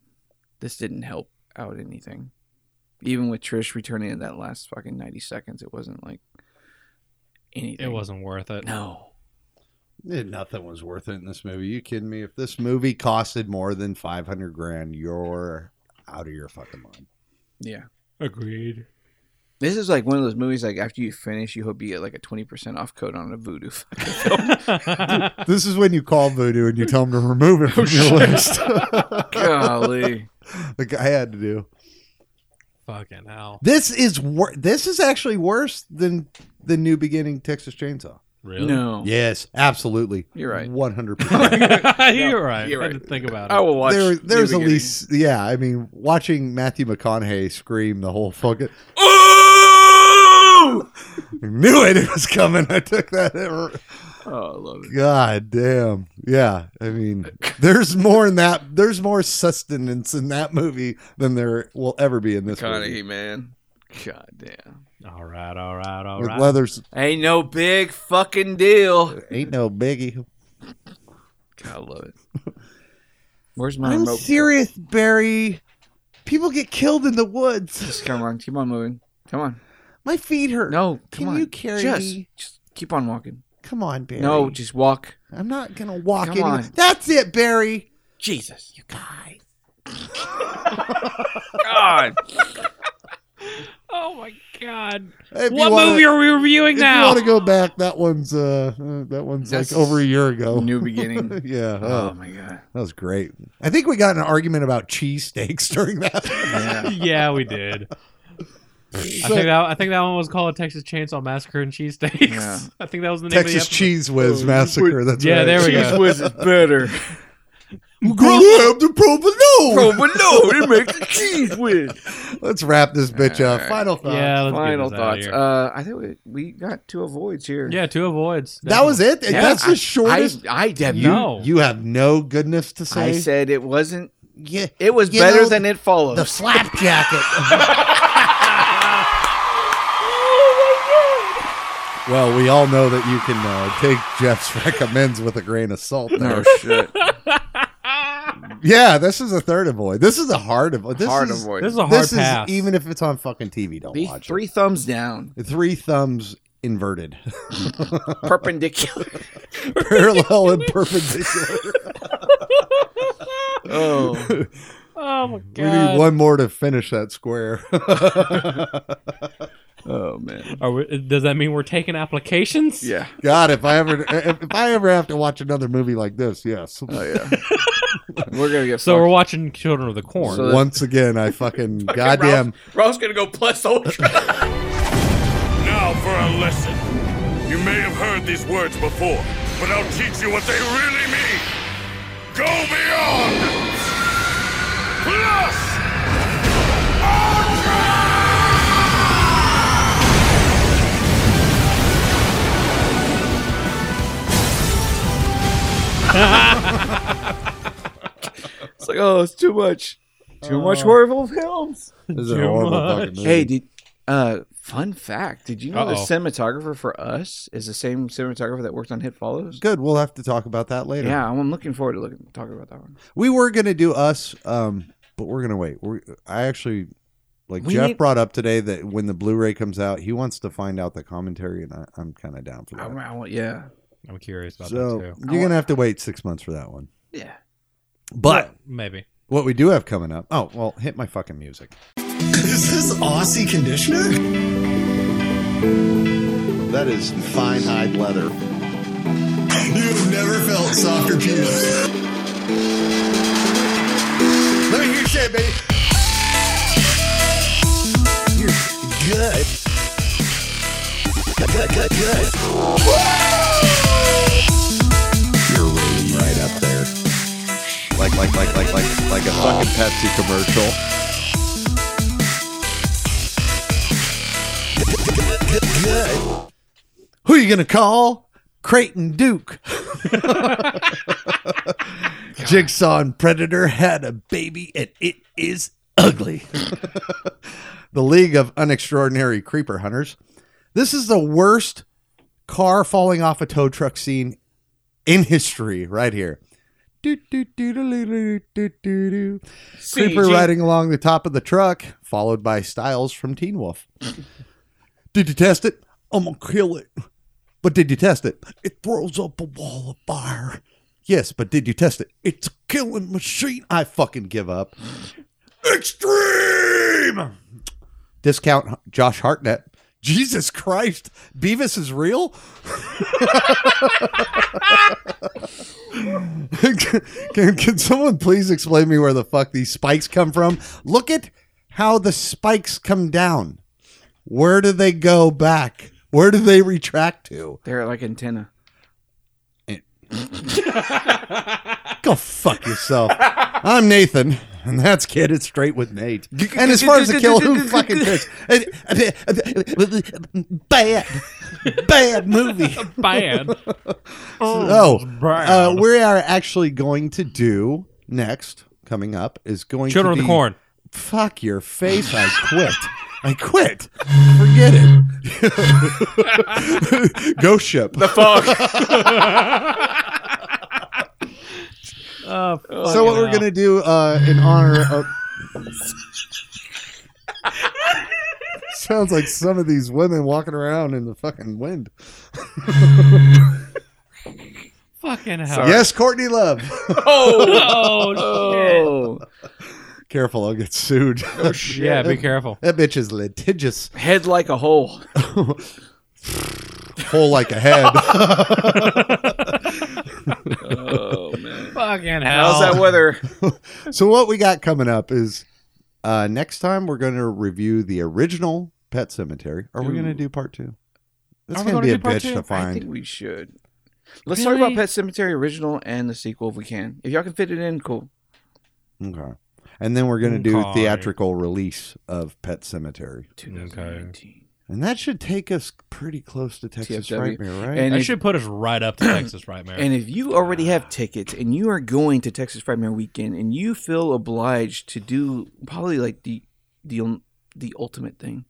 Speaker 5: this didn't help out anything. Even with Trish returning in that last fucking ninety seconds, it wasn't like anything.
Speaker 12: It wasn't worth it.
Speaker 5: no.
Speaker 11: Eh, Nothing was worth it in this movie. You kidding me? If this movie costed more than five hundred grand, you're out of your fucking mind.
Speaker 5: Yeah.
Speaker 12: <laughs> Agreed.
Speaker 5: This is like one of those movies like after you finish, you hope you get like a twenty percent off code on a voodoo.
Speaker 11: <laughs>
Speaker 5: <laughs>
Speaker 11: This is when you call Voodoo and you tell them to remove it
Speaker 5: Oh,
Speaker 11: from your list. <laughs>
Speaker 5: Golly.
Speaker 11: like I had to do.
Speaker 12: Fucking hell.
Speaker 11: This is wor- this is actually worse than the New Beginning Texas Chainsaw.
Speaker 12: Really?
Speaker 5: No.
Speaker 11: Yes, absolutely.
Speaker 5: You're right.
Speaker 11: One hundred percent.
Speaker 12: <laughs> you're right.
Speaker 5: you're
Speaker 12: I had
Speaker 5: right.
Speaker 12: to
Speaker 5: Oh.
Speaker 12: think about
Speaker 5: I
Speaker 12: it.
Speaker 5: will <laughs> watch.
Speaker 11: There, there's
Speaker 5: New
Speaker 11: at
Speaker 5: Beginning.
Speaker 11: least, yeah. I mean, watching Matthew McConaughey scream the whole fucking.
Speaker 5: Oh!
Speaker 11: I knew it. It was coming. I took that.
Speaker 5: Oh, I love it.
Speaker 11: God damn. Yeah. I mean, there's more in that. There's more sustenance in that movie than there will ever be in this movie.
Speaker 5: Connie, man. God damn.
Speaker 12: All right, all right, all
Speaker 11: With
Speaker 12: right.
Speaker 11: leathers,
Speaker 5: Ain't no big fucking deal.
Speaker 11: ain't no biggie.
Speaker 5: God, I love it. <laughs> Where's my
Speaker 11: I'm
Speaker 5: remote?
Speaker 11: serious, Barry. People get killed in the woods.
Speaker 5: Just come on. Keep on moving. Come on.
Speaker 11: My feet hurt.
Speaker 5: No. Come
Speaker 11: Can
Speaker 5: on.
Speaker 11: you carry
Speaker 5: just,
Speaker 11: me?
Speaker 5: Just keep on walking.
Speaker 11: Come on, Barry.
Speaker 5: No, just walk.
Speaker 11: I'm not gonna walk
Speaker 5: Come
Speaker 11: anywhere.
Speaker 5: on.
Speaker 11: That's it, Barry.
Speaker 5: Jesus. You
Speaker 11: God. <laughs>
Speaker 5: God.
Speaker 12: Oh my god.
Speaker 11: If you
Speaker 12: what
Speaker 11: wanna-
Speaker 12: movie are we reviewing
Speaker 11: If you
Speaker 12: now? <laughs>
Speaker 11: want to go back, that one's uh, uh, that one's
Speaker 5: That's
Speaker 11: like over a year ago.
Speaker 5: New beginning.
Speaker 11: <laughs> yeah,
Speaker 5: Oh
Speaker 11: oh,
Speaker 5: my god.
Speaker 11: that was great. I <laughs> think we got in an argument about cheesesteaks during that.
Speaker 5: Yeah.
Speaker 12: yeah, we did. I think that I think that one was called Texas Chainsaw Massacre and Cheesesteaks.
Speaker 5: Yeah.
Speaker 12: <laughs> I think that was the name
Speaker 11: Texas
Speaker 12: of the episode.
Speaker 11: Cheese Whiz Massacre. That's
Speaker 12: Yeah,
Speaker 11: right.
Speaker 12: there we go.
Speaker 5: Cheese whiz is better.
Speaker 11: Grow up the provolone.
Speaker 5: but no, it makes the cheese whiz.
Speaker 11: <laughs> Let's wrap this bitch up. Final thought.
Speaker 12: Yeah, let's get
Speaker 5: Final
Speaker 12: this outta
Speaker 5: thoughts.
Speaker 12: here.
Speaker 5: Uh, I think we, we got two avoids here.
Speaker 12: yeah, two avoids.
Speaker 11: That was it.
Speaker 5: Yeah,
Speaker 11: That's
Speaker 5: I-
Speaker 11: the shortest.
Speaker 5: I, I have
Speaker 12: You-
Speaker 5: no.
Speaker 12: No.
Speaker 11: you have no goodness to say.
Speaker 5: I said it wasn't.
Speaker 11: yeah,
Speaker 5: It was
Speaker 11: you
Speaker 5: better
Speaker 11: know,
Speaker 5: than it follows.
Speaker 11: the slap jacket. <laughs> well, we all know that you can uh, take Jeff's recommends with a grain of salt. There.
Speaker 5: Oh, shit!
Speaker 11: Yeah, this is a third avoid. This is a hard avoid. This
Speaker 5: Hard
Speaker 11: is,
Speaker 5: avoid.
Speaker 12: This is a hard
Speaker 11: this
Speaker 12: pass.
Speaker 11: is even if it's on fucking TV, don't
Speaker 5: Be
Speaker 11: watch
Speaker 5: three thumbs down,
Speaker 11: <laughs> it. Three thumbs
Speaker 5: <laughs>
Speaker 11: inverted, <laughs>
Speaker 5: perpendicular.
Speaker 11: parallel and
Speaker 5: <laughs>
Speaker 11: perpendicular.
Speaker 5: oh,
Speaker 12: oh my
Speaker 11: We need
Speaker 12: god.
Speaker 11: one more to finish that square. <laughs>
Speaker 5: oh
Speaker 12: <laughs>
Speaker 5: man.
Speaker 12: Are we, does that mean we're taking applications?
Speaker 5: Yeah.
Speaker 11: God, if I ever if, if I ever have to watch another movie like this, yes.
Speaker 5: Oh yeah. We're gonna get
Speaker 12: So we're watching Children of the Corn.
Speaker 5: So-
Speaker 11: Once again, I fucking goddamn.
Speaker 5: Ross gonna go plus ultra.
Speaker 1: Now for a lesson. You may have heard these words before, but I'll teach you what they really mean. Go beyond! Plus!
Speaker 5: it's like oh, it's too much. Too much horrible films.
Speaker 11: This is a horrible
Speaker 12: much.
Speaker 11: fucking movie.
Speaker 5: Hey, did uh fun fact, did you know the
Speaker 12: Uh-oh.
Speaker 5: cinematographer for us is the same cinematographer that worked on Hit Follows?
Speaker 11: good. We'll have to talk about that later.
Speaker 5: Yeah, I'm looking forward to looking talking about that one.
Speaker 11: We were gonna do us, um, but we're gonna wait. We're, I actually like
Speaker 5: We
Speaker 11: Jeff
Speaker 5: need-
Speaker 11: brought up today that when the Blu-ray comes out, he wants to find out the commentary, and I, I'm kind of down for
Speaker 5: I,
Speaker 11: that.
Speaker 5: I want- yeah.
Speaker 12: I'm curious about
Speaker 11: So
Speaker 12: that too.
Speaker 11: you're gonna have to wait six months for that one.
Speaker 5: Yeah.
Speaker 11: But <laughs>
Speaker 12: Maybe.
Speaker 11: what we do have coming up? Oh well, hit my fucking music.
Speaker 2: Is this Aussie conditioner?
Speaker 4: That is fine hide leather.
Speaker 2: You've never felt softer penis. Let me hear your shit, baby. You're good. Good, good, good.
Speaker 4: You're really right up there. Like, like, like, like, like, like a fucking Pepsi commercial.
Speaker 11: Who you gonna call? Creighton Duke. <laughs> Jigsaw and Predator had a baby, and it is ugly. the League of Unextraordinary Creeper Hunters. This is the worst car falling off a tow truck scene in history, right here. Do, do, do, do, do, do, do, do, do. Creeper riding along the top of the truck, followed by Styles from Teen Wolf. Did you test it? I'm gonna kill it. But did you test it? It throws up a wall of fire. Yes, but did you test it? It's a killing machine. I fucking give up. Extreme. Discount Josh Hartnett. <laughs> Jesus Christ, Beavis is real. <laughs> can, can someone please explain me where the fuck these spikes come from? Look at how the spikes come down. Where do they go back? Where do they retract to?
Speaker 5: They're like antenna.
Speaker 11: Go fuck yourself. I'm Nathan, and that's Kid It's Straight with Nate. And as far as the kill, who fucking cares? Bad, bad movie.
Speaker 12: <laughs>
Speaker 11: <laughs>
Speaker 12: Bad.
Speaker 11: Oh,
Speaker 12: bad.
Speaker 11: uh, we are actually going to do next. Coming up is going
Speaker 12: Children
Speaker 11: to
Speaker 12: of
Speaker 11: be
Speaker 12: the Corn.
Speaker 11: Fuck your face! I quit. I quit. Forget
Speaker 12: <laughs>
Speaker 11: it. Ghost ship.
Speaker 5: Oh,
Speaker 12: Uh,
Speaker 11: so what we're gonna do uh, in honor
Speaker 5: <laughs>
Speaker 11: of sounds like some of these women walking around in the fucking wind
Speaker 12: fucking hell.
Speaker 11: yes courtney love <laughs>
Speaker 12: Oh, shit.
Speaker 5: <laughs> Oh,
Speaker 11: careful i'll get sued
Speaker 12: Yeah, be careful.
Speaker 11: that bitch is litigious
Speaker 5: head like a hole.
Speaker 11: whole like a head
Speaker 5: <laughs> Oh man.
Speaker 12: Fucking
Speaker 5: <laughs> How's that weather?
Speaker 11: so what we got coming up is uh, next time we're going to review the original Pet Cemetery. Are we
Speaker 5: Dude.
Speaker 11: going to do part two? It's
Speaker 5: Are we
Speaker 11: going to be a
Speaker 5: gonna do part
Speaker 11: bitch
Speaker 5: two?
Speaker 11: to
Speaker 5: I
Speaker 11: find.
Speaker 5: think we should. Let's talk about
Speaker 12: Really?
Speaker 5: Pet Cemetery original and the sequel if we can. If y'all can fit it in, cool.
Speaker 11: Okay. And then we're going to do
Speaker 12: Okay.
Speaker 11: theatrical release of Pet Cemetery. And that should take us pretty close to Texas
Speaker 5: TFW.
Speaker 11: Nightmare, right?
Speaker 5: And
Speaker 12: That
Speaker 5: if-
Speaker 12: should put us right up to Texas Nightmare.
Speaker 5: And if you already have tickets and you are going to Texas Frightmare Weekend and you feel obliged to do probably like the the ul- the ultimate thing,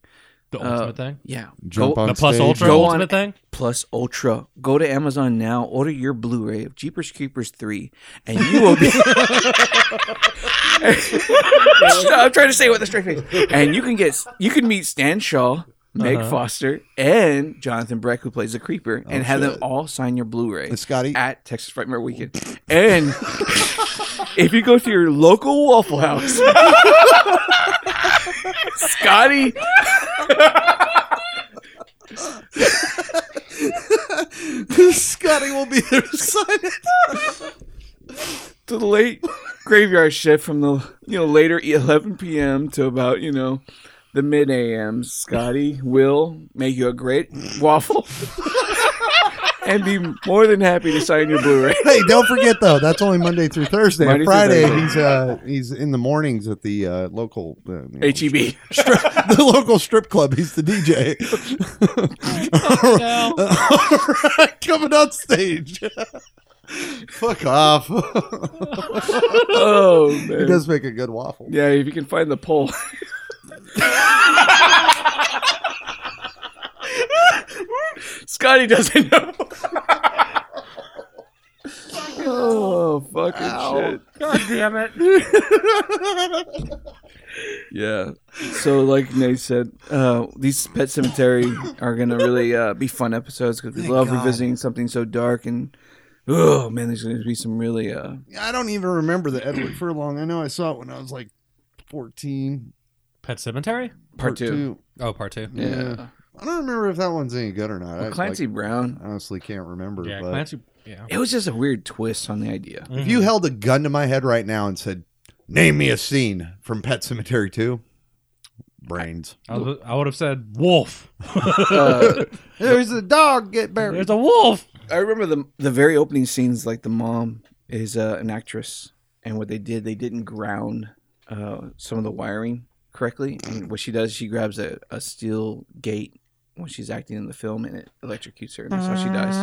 Speaker 12: The
Speaker 5: Uh,
Speaker 12: ultimate thing?
Speaker 5: yeah,
Speaker 11: Jump on
Speaker 12: The plus
Speaker 11: stage.
Speaker 12: ultra
Speaker 5: Go on-
Speaker 12: ultimate thing?
Speaker 5: <laughs> Plus Ultra. Go to Amazon now. Order your Blu-ray of Jeepers Creepers three, and you will be. <laughs> I'm trying to say it with a straight face, and you can get you can meet Stan Shaw, Meg
Speaker 12: Uh-huh.
Speaker 5: Foster, and Jonathan Breck, who plays the Creeper, and have them
Speaker 11: Oh, shit.
Speaker 5: all sign your Blu-ray
Speaker 11: And Scotty,
Speaker 5: at Texas Frightmare Weekend. And <laughs> if you go to your local Waffle House, <laughs> Scotty,
Speaker 11: <laughs> Scotty will be there to sign it.
Speaker 5: the late graveyard shift from the you know later 11 p.m. to about you know the mid a.m. Scotty will make you a great waffle. And be more than happy to sign your Blu-ray.
Speaker 11: Hey, don't forget though. That's only Monday through Thursday.
Speaker 5: Monday through
Speaker 11: Friday,
Speaker 5: Thursday.
Speaker 11: he's uh, he's in the mornings at the uh, local uh, you know,
Speaker 5: HEB.
Speaker 11: the local strip club. He's the DJ. All right, <laughs> coming on stage. Fuck off.
Speaker 5: <laughs>
Speaker 11: <laughs>
Speaker 5: Oh
Speaker 11: he
Speaker 5: man.
Speaker 11: does make a good waffle.
Speaker 5: Yeah, if you can find the poll. <laughs> Scotty doesn't know. oh, fucking shit.
Speaker 12: God damn it.
Speaker 5: <laughs> Yeah. So, like Nate said, uh, these Pet Cemetery are going to really uh, be fun episodes because we love revisiting something so dark and. Oh man, there's going to be some really uh
Speaker 11: I don't even remember the Edward Furlong. I know I saw it when I was like fourteen.
Speaker 12: Pet Cemetery?
Speaker 5: part two.
Speaker 12: Oh, part two.
Speaker 11: Yeah. I don't remember if that one's any good or not. I
Speaker 5: Well,
Speaker 11: like,
Speaker 5: Clancy Brown.
Speaker 11: honestly can't remember.
Speaker 12: Yeah,
Speaker 11: but
Speaker 12: Clancy. Yeah.
Speaker 5: It was just a weird twist on the idea.
Speaker 11: if you held a gun to my head right now and said, "Name me a scene from Pet Cemetery 2," brains.
Speaker 12: I, was- I would have said wolf.
Speaker 5: Uh,
Speaker 11: There's a dog get
Speaker 12: There's a <laughs> wolf.
Speaker 5: I remember the the very opening scenes, like the mom is uh, an actress, and what they did, they didn't ground uh, some of the wiring correctly. And what she does, she grabs a, a steel gate when she's acting in the film, and it electrocutes her, and that's how she dies.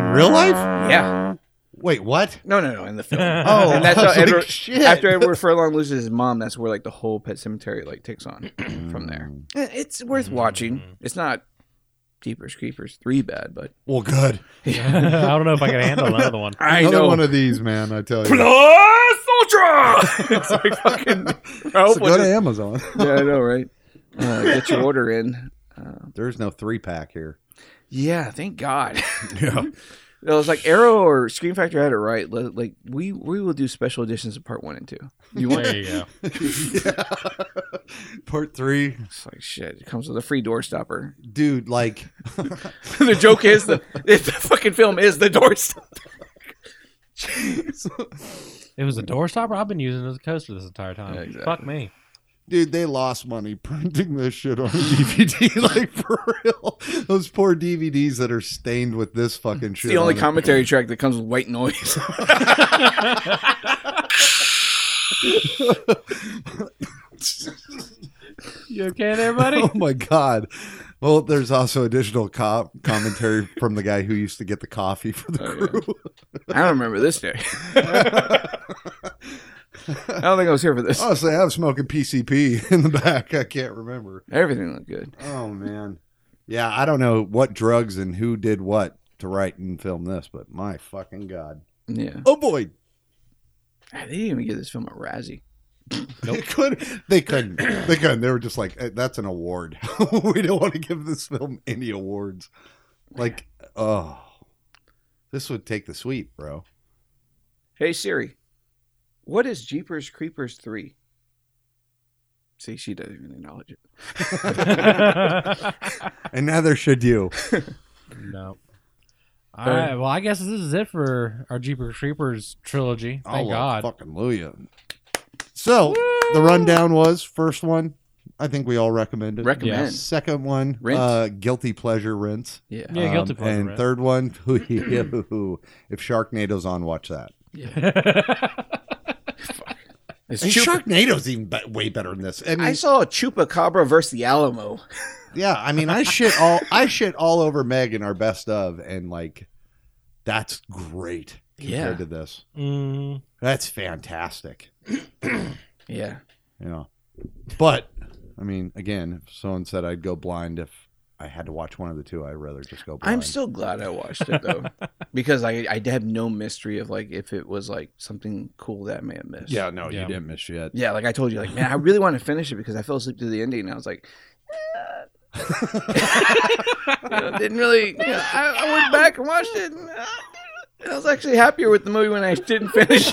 Speaker 11: In real life?
Speaker 5: Yeah,
Speaker 11: Wait, what?
Speaker 5: no, no, no, in
Speaker 12: <laughs>
Speaker 5: the film.
Speaker 11: Oh,
Speaker 5: <laughs> and that's
Speaker 11: I
Speaker 5: how
Speaker 11: was like,
Speaker 5: Edward,
Speaker 11: shit.
Speaker 5: after Edward Furlong loses his mom, that's where like the whole Pet Cemetery like takes on
Speaker 11: Mm. <clears throat>
Speaker 5: from there. It- It's worth watching. It's not Jeepers Creepers three bad, but
Speaker 11: Well, good.
Speaker 12: I don't know if I can handle another one.
Speaker 5: I
Speaker 11: Another one of these, man. I tell you.
Speaker 5: <laughs> Plus Ultra. <laughs> it's like fucking. I hope
Speaker 11: So go to Amazon.
Speaker 5: yeah, I know, right? Uh, get <laughs> your order in.
Speaker 11: There's no three pack here.
Speaker 5: Yeah, thank God. <laughs> Yeah. It was like Arrow or Screen Factor had it right. Let- Like we we will do special editions of part one and two. You
Speaker 12: <laughs>
Speaker 5: want?
Speaker 12: There you go.
Speaker 11: <laughs> Part three,
Speaker 5: It's like shit. It comes with a free door stopper.
Speaker 11: dude. Like,
Speaker 5: <laughs> the joke is <laughs> the if the fucking film is the door stopper.
Speaker 12: It was a doorstopper. I've been using it as a coaster this entire time.
Speaker 5: Yeah, exactly.
Speaker 12: Fuck me.
Speaker 11: dude, they lost money <laughs> printing this shit on a DVD. <laughs> like for real, those poor DVDs that are stained with this fucking shit.
Speaker 5: It's the only
Speaker 11: on it.
Speaker 5: commentary track that comes with white noise.
Speaker 12: You okay there, <laughs> buddy?
Speaker 11: <laughs> Oh my god. Well, there's also additional co- commentary from the guy who used to get the coffee for the
Speaker 5: Oh,
Speaker 11: crew.
Speaker 5: <laughs>
Speaker 11: <laughs>
Speaker 5: I don't remember this <laughs> day. I don't think I was here for this.
Speaker 11: Honestly, I'm smoking PCP in the back. I can't remember.
Speaker 5: Everything looked good.
Speaker 11: Oh man. Yeah, I don't know what drugs and who did what to write and film this, but my fucking god.
Speaker 5: Yeah.
Speaker 11: Oh boy,
Speaker 5: They didn't even give this film a Razzie.
Speaker 11: they couldn't. They couldn't. They couldn't. They were just like, "Eh, that's an award. <laughs> we don't want to give this film any awards. Like, oh, this would take the sweep, bro.
Speaker 5: Hey Siri, what is Jeepers Creepers 3? See, she doesn't even acknowledge it.
Speaker 11: And neither should you.
Speaker 12: no. All right. Well, I guess this is it for our Jeepers Creepers trilogy. Thank God.
Speaker 11: Fucking Luya. So the rundown was first one, I think we all recommend it.
Speaker 5: Recommend.
Speaker 11: Yeah. Second one,
Speaker 5: Rent.
Speaker 11: uh, guilty pleasure rinse. Um,
Speaker 5: Yeah.
Speaker 12: Yeah, guilty pleasure
Speaker 11: And
Speaker 12: rent.
Speaker 11: third one, <laughs> if Sharknado's on, watch that.
Speaker 5: It's
Speaker 11: And
Speaker 5: Chupa-
Speaker 11: Sharknado's even be- way better than this. I mean,
Speaker 5: I saw a Chupacabra versus the Alamo.
Speaker 11: yeah, I mean, I shit
Speaker 12: <laughs>
Speaker 11: all I shit all over Meg in our best of, and like, that's great compared
Speaker 5: Yeah.
Speaker 11: to this.
Speaker 12: <laughs> Mm,
Speaker 11: That's fantastic.
Speaker 5: Yeah.
Speaker 11: Yeah, but I mean, again, if someone said I'd go blind if I had to watch one of the two, I'd rather just go blind.
Speaker 5: I'm still glad I watched it <laughs> though, because I I have no mystery of like if it was like something cool that I may have missed.
Speaker 11: Yeah, no,
Speaker 12: Yeah.
Speaker 11: you didn't miss shit.
Speaker 5: Yeah, like I told you, like man, I really want to finish it because I fell asleep to the ending, and I was like, you know, didn't really. you know, I, I went back and watched it. And, uh, I was actually happier with the movie when I didn't finish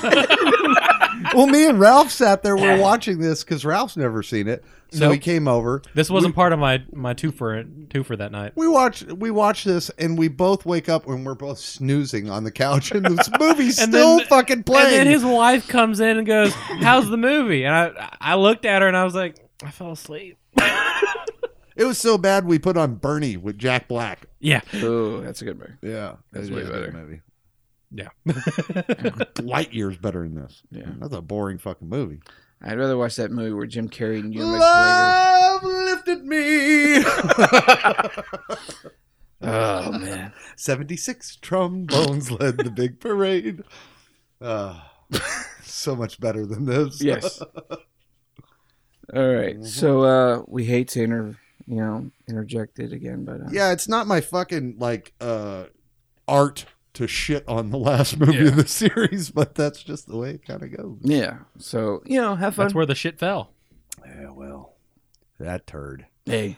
Speaker 11: <laughs>
Speaker 5: it. <laughs>
Speaker 11: well, me and Ralph sat there. <laughs> We're watching this because Ralph's never seen it, so
Speaker 12: Nope.
Speaker 11: he came over.
Speaker 12: this wasn't part of my my two for two for that night.
Speaker 11: We watch we watch this, and we both wake up and we're both snoozing on the couch, and
Speaker 12: <laughs>
Speaker 11: this movie's
Speaker 12: And
Speaker 11: still
Speaker 12: then-
Speaker 11: fucking
Speaker 12: And
Speaker 11: playing.
Speaker 12: then his wife comes in and goes, "How's the movie?" And I I looked at her and I was like, "I fell asleep."
Speaker 11: it was so bad we put on Bernie with Jack Black.
Speaker 12: Yeah,
Speaker 5: Ooh, that's a good movie.
Speaker 11: Yeah,
Speaker 5: That's way better.
Speaker 11: movie.
Speaker 12: yeah.
Speaker 11: <laughs> Lightyear's better than this.
Speaker 5: Yeah.
Speaker 11: that's a boring fucking movie.
Speaker 5: I'd rather watch that movie where Jim Carrey and Ewan McGregor.
Speaker 11: Love lifted
Speaker 5: <laughs>
Speaker 11: me.
Speaker 5: Oh man,
Speaker 11: Seventy-six trombones led the big parade.
Speaker 5: <laughs>
Speaker 11: Uh, so much better than this.
Speaker 5: yes. All right, so uh, we hate to inter, you know, interject it again, but uh,
Speaker 11: <laughs> Yeah, it's not my fucking like uh art to shit on the last movie of the <laughs> series, but that's just the way it kind of goes.
Speaker 5: Yeah. So, you know, have fun.
Speaker 12: That's where the shit fell.
Speaker 11: Yeah, well, that turd.
Speaker 5: hey,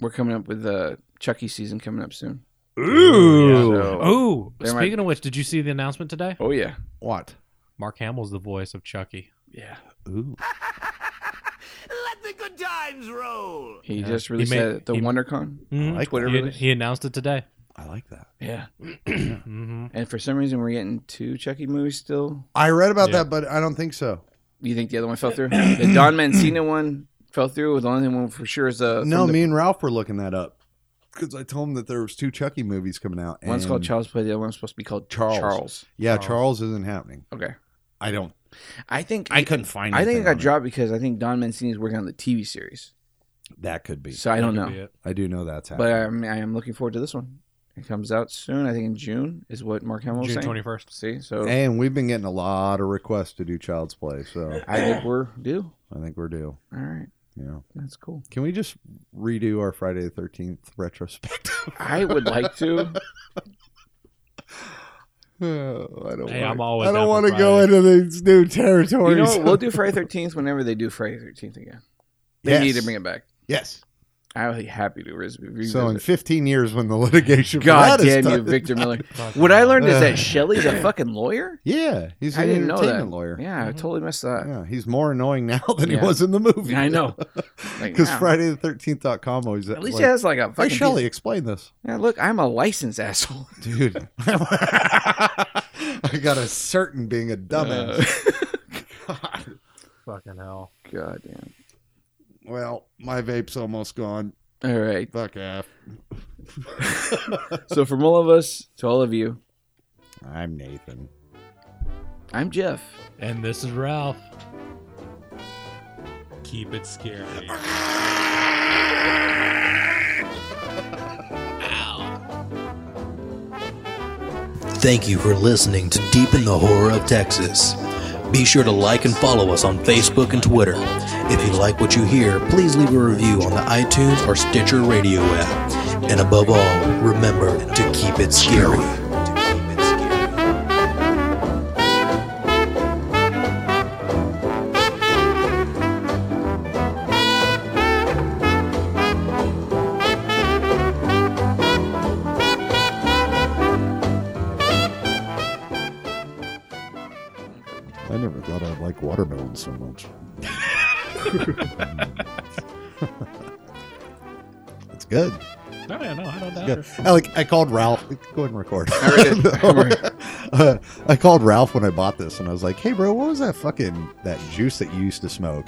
Speaker 5: we're coming up with uh, Chucky season coming up soon.
Speaker 12: Ooh.
Speaker 5: So-
Speaker 12: Oh,
Speaker 5: There might-
Speaker 12: speaking of which, did you see the announcement today?
Speaker 5: Oh, yeah.
Speaker 11: What?
Speaker 12: Mark Hamill's the voice of Chucky.
Speaker 5: Yeah.
Speaker 11: Ooh.
Speaker 10: Let the good times roll.
Speaker 5: He
Speaker 12: Yeah.
Speaker 5: just released
Speaker 12: He made-
Speaker 5: that at the
Speaker 12: he-
Speaker 5: WonderCon.
Speaker 12: Mm-hmm.
Speaker 11: like
Speaker 5: Twitter
Speaker 12: he,
Speaker 5: release.
Speaker 12: he announced it <clears throat> today.
Speaker 11: I like that.
Speaker 5: Yeah.
Speaker 12: hmm
Speaker 5: And for some reason, we're getting two Chucky movies still.
Speaker 11: I read about
Speaker 12: Yeah.
Speaker 11: that, but I don't think so.
Speaker 5: You think the other one fell through? the Don Mancino one fell through. The only one for sure is uh, from
Speaker 11: no,
Speaker 5: the.
Speaker 11: me and Ralph were looking that up because I told him that there was two Chucky movies coming out.
Speaker 5: One's
Speaker 11: and-
Speaker 5: called Child's Play. The other one's supposed to be called
Speaker 11: Charles.
Speaker 5: Charles.
Speaker 11: Yeah, Charles isn't happening.
Speaker 5: Okay.
Speaker 11: I don't.
Speaker 5: I think.
Speaker 11: I couldn't find.
Speaker 5: I think it
Speaker 11: anything
Speaker 5: got
Speaker 11: on
Speaker 5: dropped because I think Don Mancini's working on the TV series.
Speaker 11: That could be.
Speaker 5: So I don't know.
Speaker 11: I do know that's
Speaker 5: But
Speaker 11: happening.
Speaker 5: I'm, I am looking forward to this one. It comes out soon. I think in June is what Mark Hamill was
Speaker 12: June
Speaker 5: saying.
Speaker 12: twenty first.
Speaker 5: See, so
Speaker 11: and we've been getting a lot of requests to do Child's Play, so
Speaker 5: I think we're due.
Speaker 11: I think we're due.
Speaker 5: All right,
Speaker 11: Yeah.
Speaker 5: that's cool.
Speaker 11: Can we just redo our Friday the Thirteenth retrospective?
Speaker 5: I would like
Speaker 11: <laughs>
Speaker 5: to.
Speaker 11: Oh, <laughs> I don't.
Speaker 12: Hey,
Speaker 11: wanna,
Speaker 12: I'm always
Speaker 11: I don't
Speaker 12: down for
Speaker 11: want to go
Speaker 12: Friday.
Speaker 11: into these new
Speaker 5: You
Speaker 11: territories. <laughs>
Speaker 5: know, what? we'll do Friday Thirteenth whenever they do Friday Thirteenth again. They
Speaker 11: Yes.
Speaker 5: need to bring it back.
Speaker 11: yes.
Speaker 5: I would be happy to res- revisit.
Speaker 11: So in 15 years, when the litigation, for <laughs> that
Speaker 5: God
Speaker 11: is
Speaker 5: damn you,
Speaker 11: done-
Speaker 5: Victor Miller. What I learned
Speaker 11: <laughs>
Speaker 5: is that Shelley's a fucking lawyer.
Speaker 11: Yeah, he's an
Speaker 5: I didn't know
Speaker 11: entertainment
Speaker 5: that.
Speaker 11: lawyer.
Speaker 5: Yeah, I totally missed that.
Speaker 11: Yeah, he's more annoying <laughs> now than
Speaker 5: <laughs> Yeah.
Speaker 11: he was in the movie. <laughs>
Speaker 5: I know. Like,
Speaker 11: Because
Speaker 5: wow.
Speaker 11: Friday the 13th.com always
Speaker 5: At least
Speaker 11: like,
Speaker 5: he has like a
Speaker 11: Hey,
Speaker 5: fucking.
Speaker 11: Shelly,
Speaker 5: piece-
Speaker 11: explain this.
Speaker 5: Yeah, look, I'm a
Speaker 11: <laughs>
Speaker 5: licensed asshole. <laughs>
Speaker 11: Dude, I got a certain being a dumbass.
Speaker 12: Fucking hell.
Speaker 5: God damn.
Speaker 11: <laughs> Well, my vape's almost gone.
Speaker 5: All right.
Speaker 11: Fuck off.
Speaker 5: So from all of us to all of you,
Speaker 11: I'm Nathan.
Speaker 5: I'm Jeff.
Speaker 12: And this is Ralph. Keep it scary.
Speaker 8: Thank you for listening to Deep in the Horror of Texas. Be sure to like and follow us on Facebook and Twitter. If you like what you hear, please leave a review on the iTunes or Stitcher radio app. And above all, remember to keep it scary.
Speaker 11: I never thought I'd like watermelon so <laughs>
Speaker 5: <laughs>
Speaker 11: much. That's good.
Speaker 12: No, oh, yeah, no, I don't doubt
Speaker 11: good.
Speaker 12: her.
Speaker 11: I, like, I called Ralph. Go ahead and record. <laughs>
Speaker 5: All right.
Speaker 11: Uh, I called Ralph when I bought this, and I was like, "Hey, bro, what was that fucking that juice that you used to smoke?"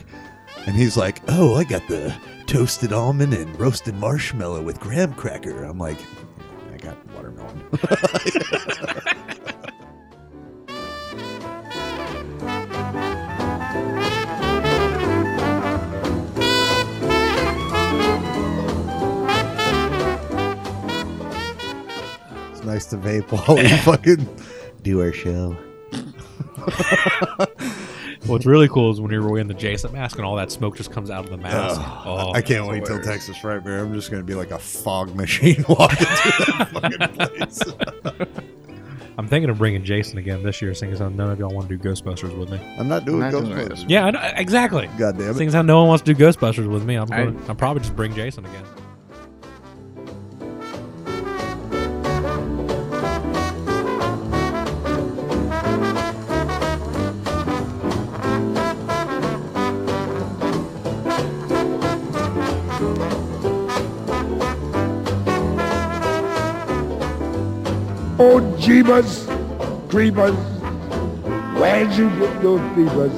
Speaker 11: And he's like, "Oh, I got the toasted almond and roasted marshmallow with graham cracker." I'm like, "I got watermelon." it's nice to vape while we fucking do our show.
Speaker 12: What's really cool is when you're wearing the Jason mask and all that smoke just comes out of the mask.
Speaker 11: Oh,
Speaker 12: Oh,
Speaker 11: I can't
Speaker 12: it's
Speaker 11: wait till
Speaker 12: hilarious.
Speaker 11: Texas Frightmare. I'm just going to be like a fog <laughs> machine walking through that fucking place.
Speaker 12: I'm thinking of bringing Jason again this year, seeing as how none of y'all want to do Ghostbusters with me.
Speaker 11: I'm not doing Not doing Ghostbusters. it.
Speaker 12: Yeah, I know, exactly.
Speaker 11: God damn it.
Speaker 12: Seeing as how no one wants to do Ghostbusters with me, I'm
Speaker 11: I-
Speaker 12: going, I'm probably just bring Jason again.
Speaker 13: Oh, jeebus, creepers, where'd you get those beavers?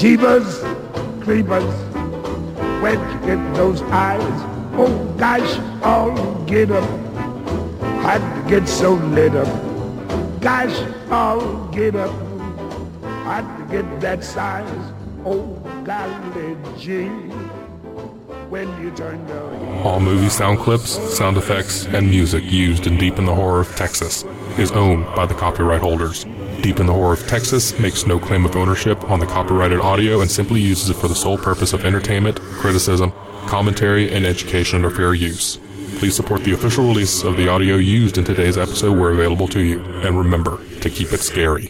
Speaker 13: Jeebus, creepers, where'd you get those eyes? Oh, gosh, all get up, how'd you get so lit up? Gosh, all get up, how'd you get that size? Oh, golly gee, when you turned on.
Speaker 14: All movie sound clips, sound effects, and music used in Deep in the Horror of Texas is owned by the copyright holders. Deep in the Horror of Texas makes no claim of ownership on the copyrighted audio and simply uses it for the sole purpose of entertainment, criticism, commentary, and education under fair use. Please support the official release of the audio used in today's episode where available to you, and remember to keep it scary.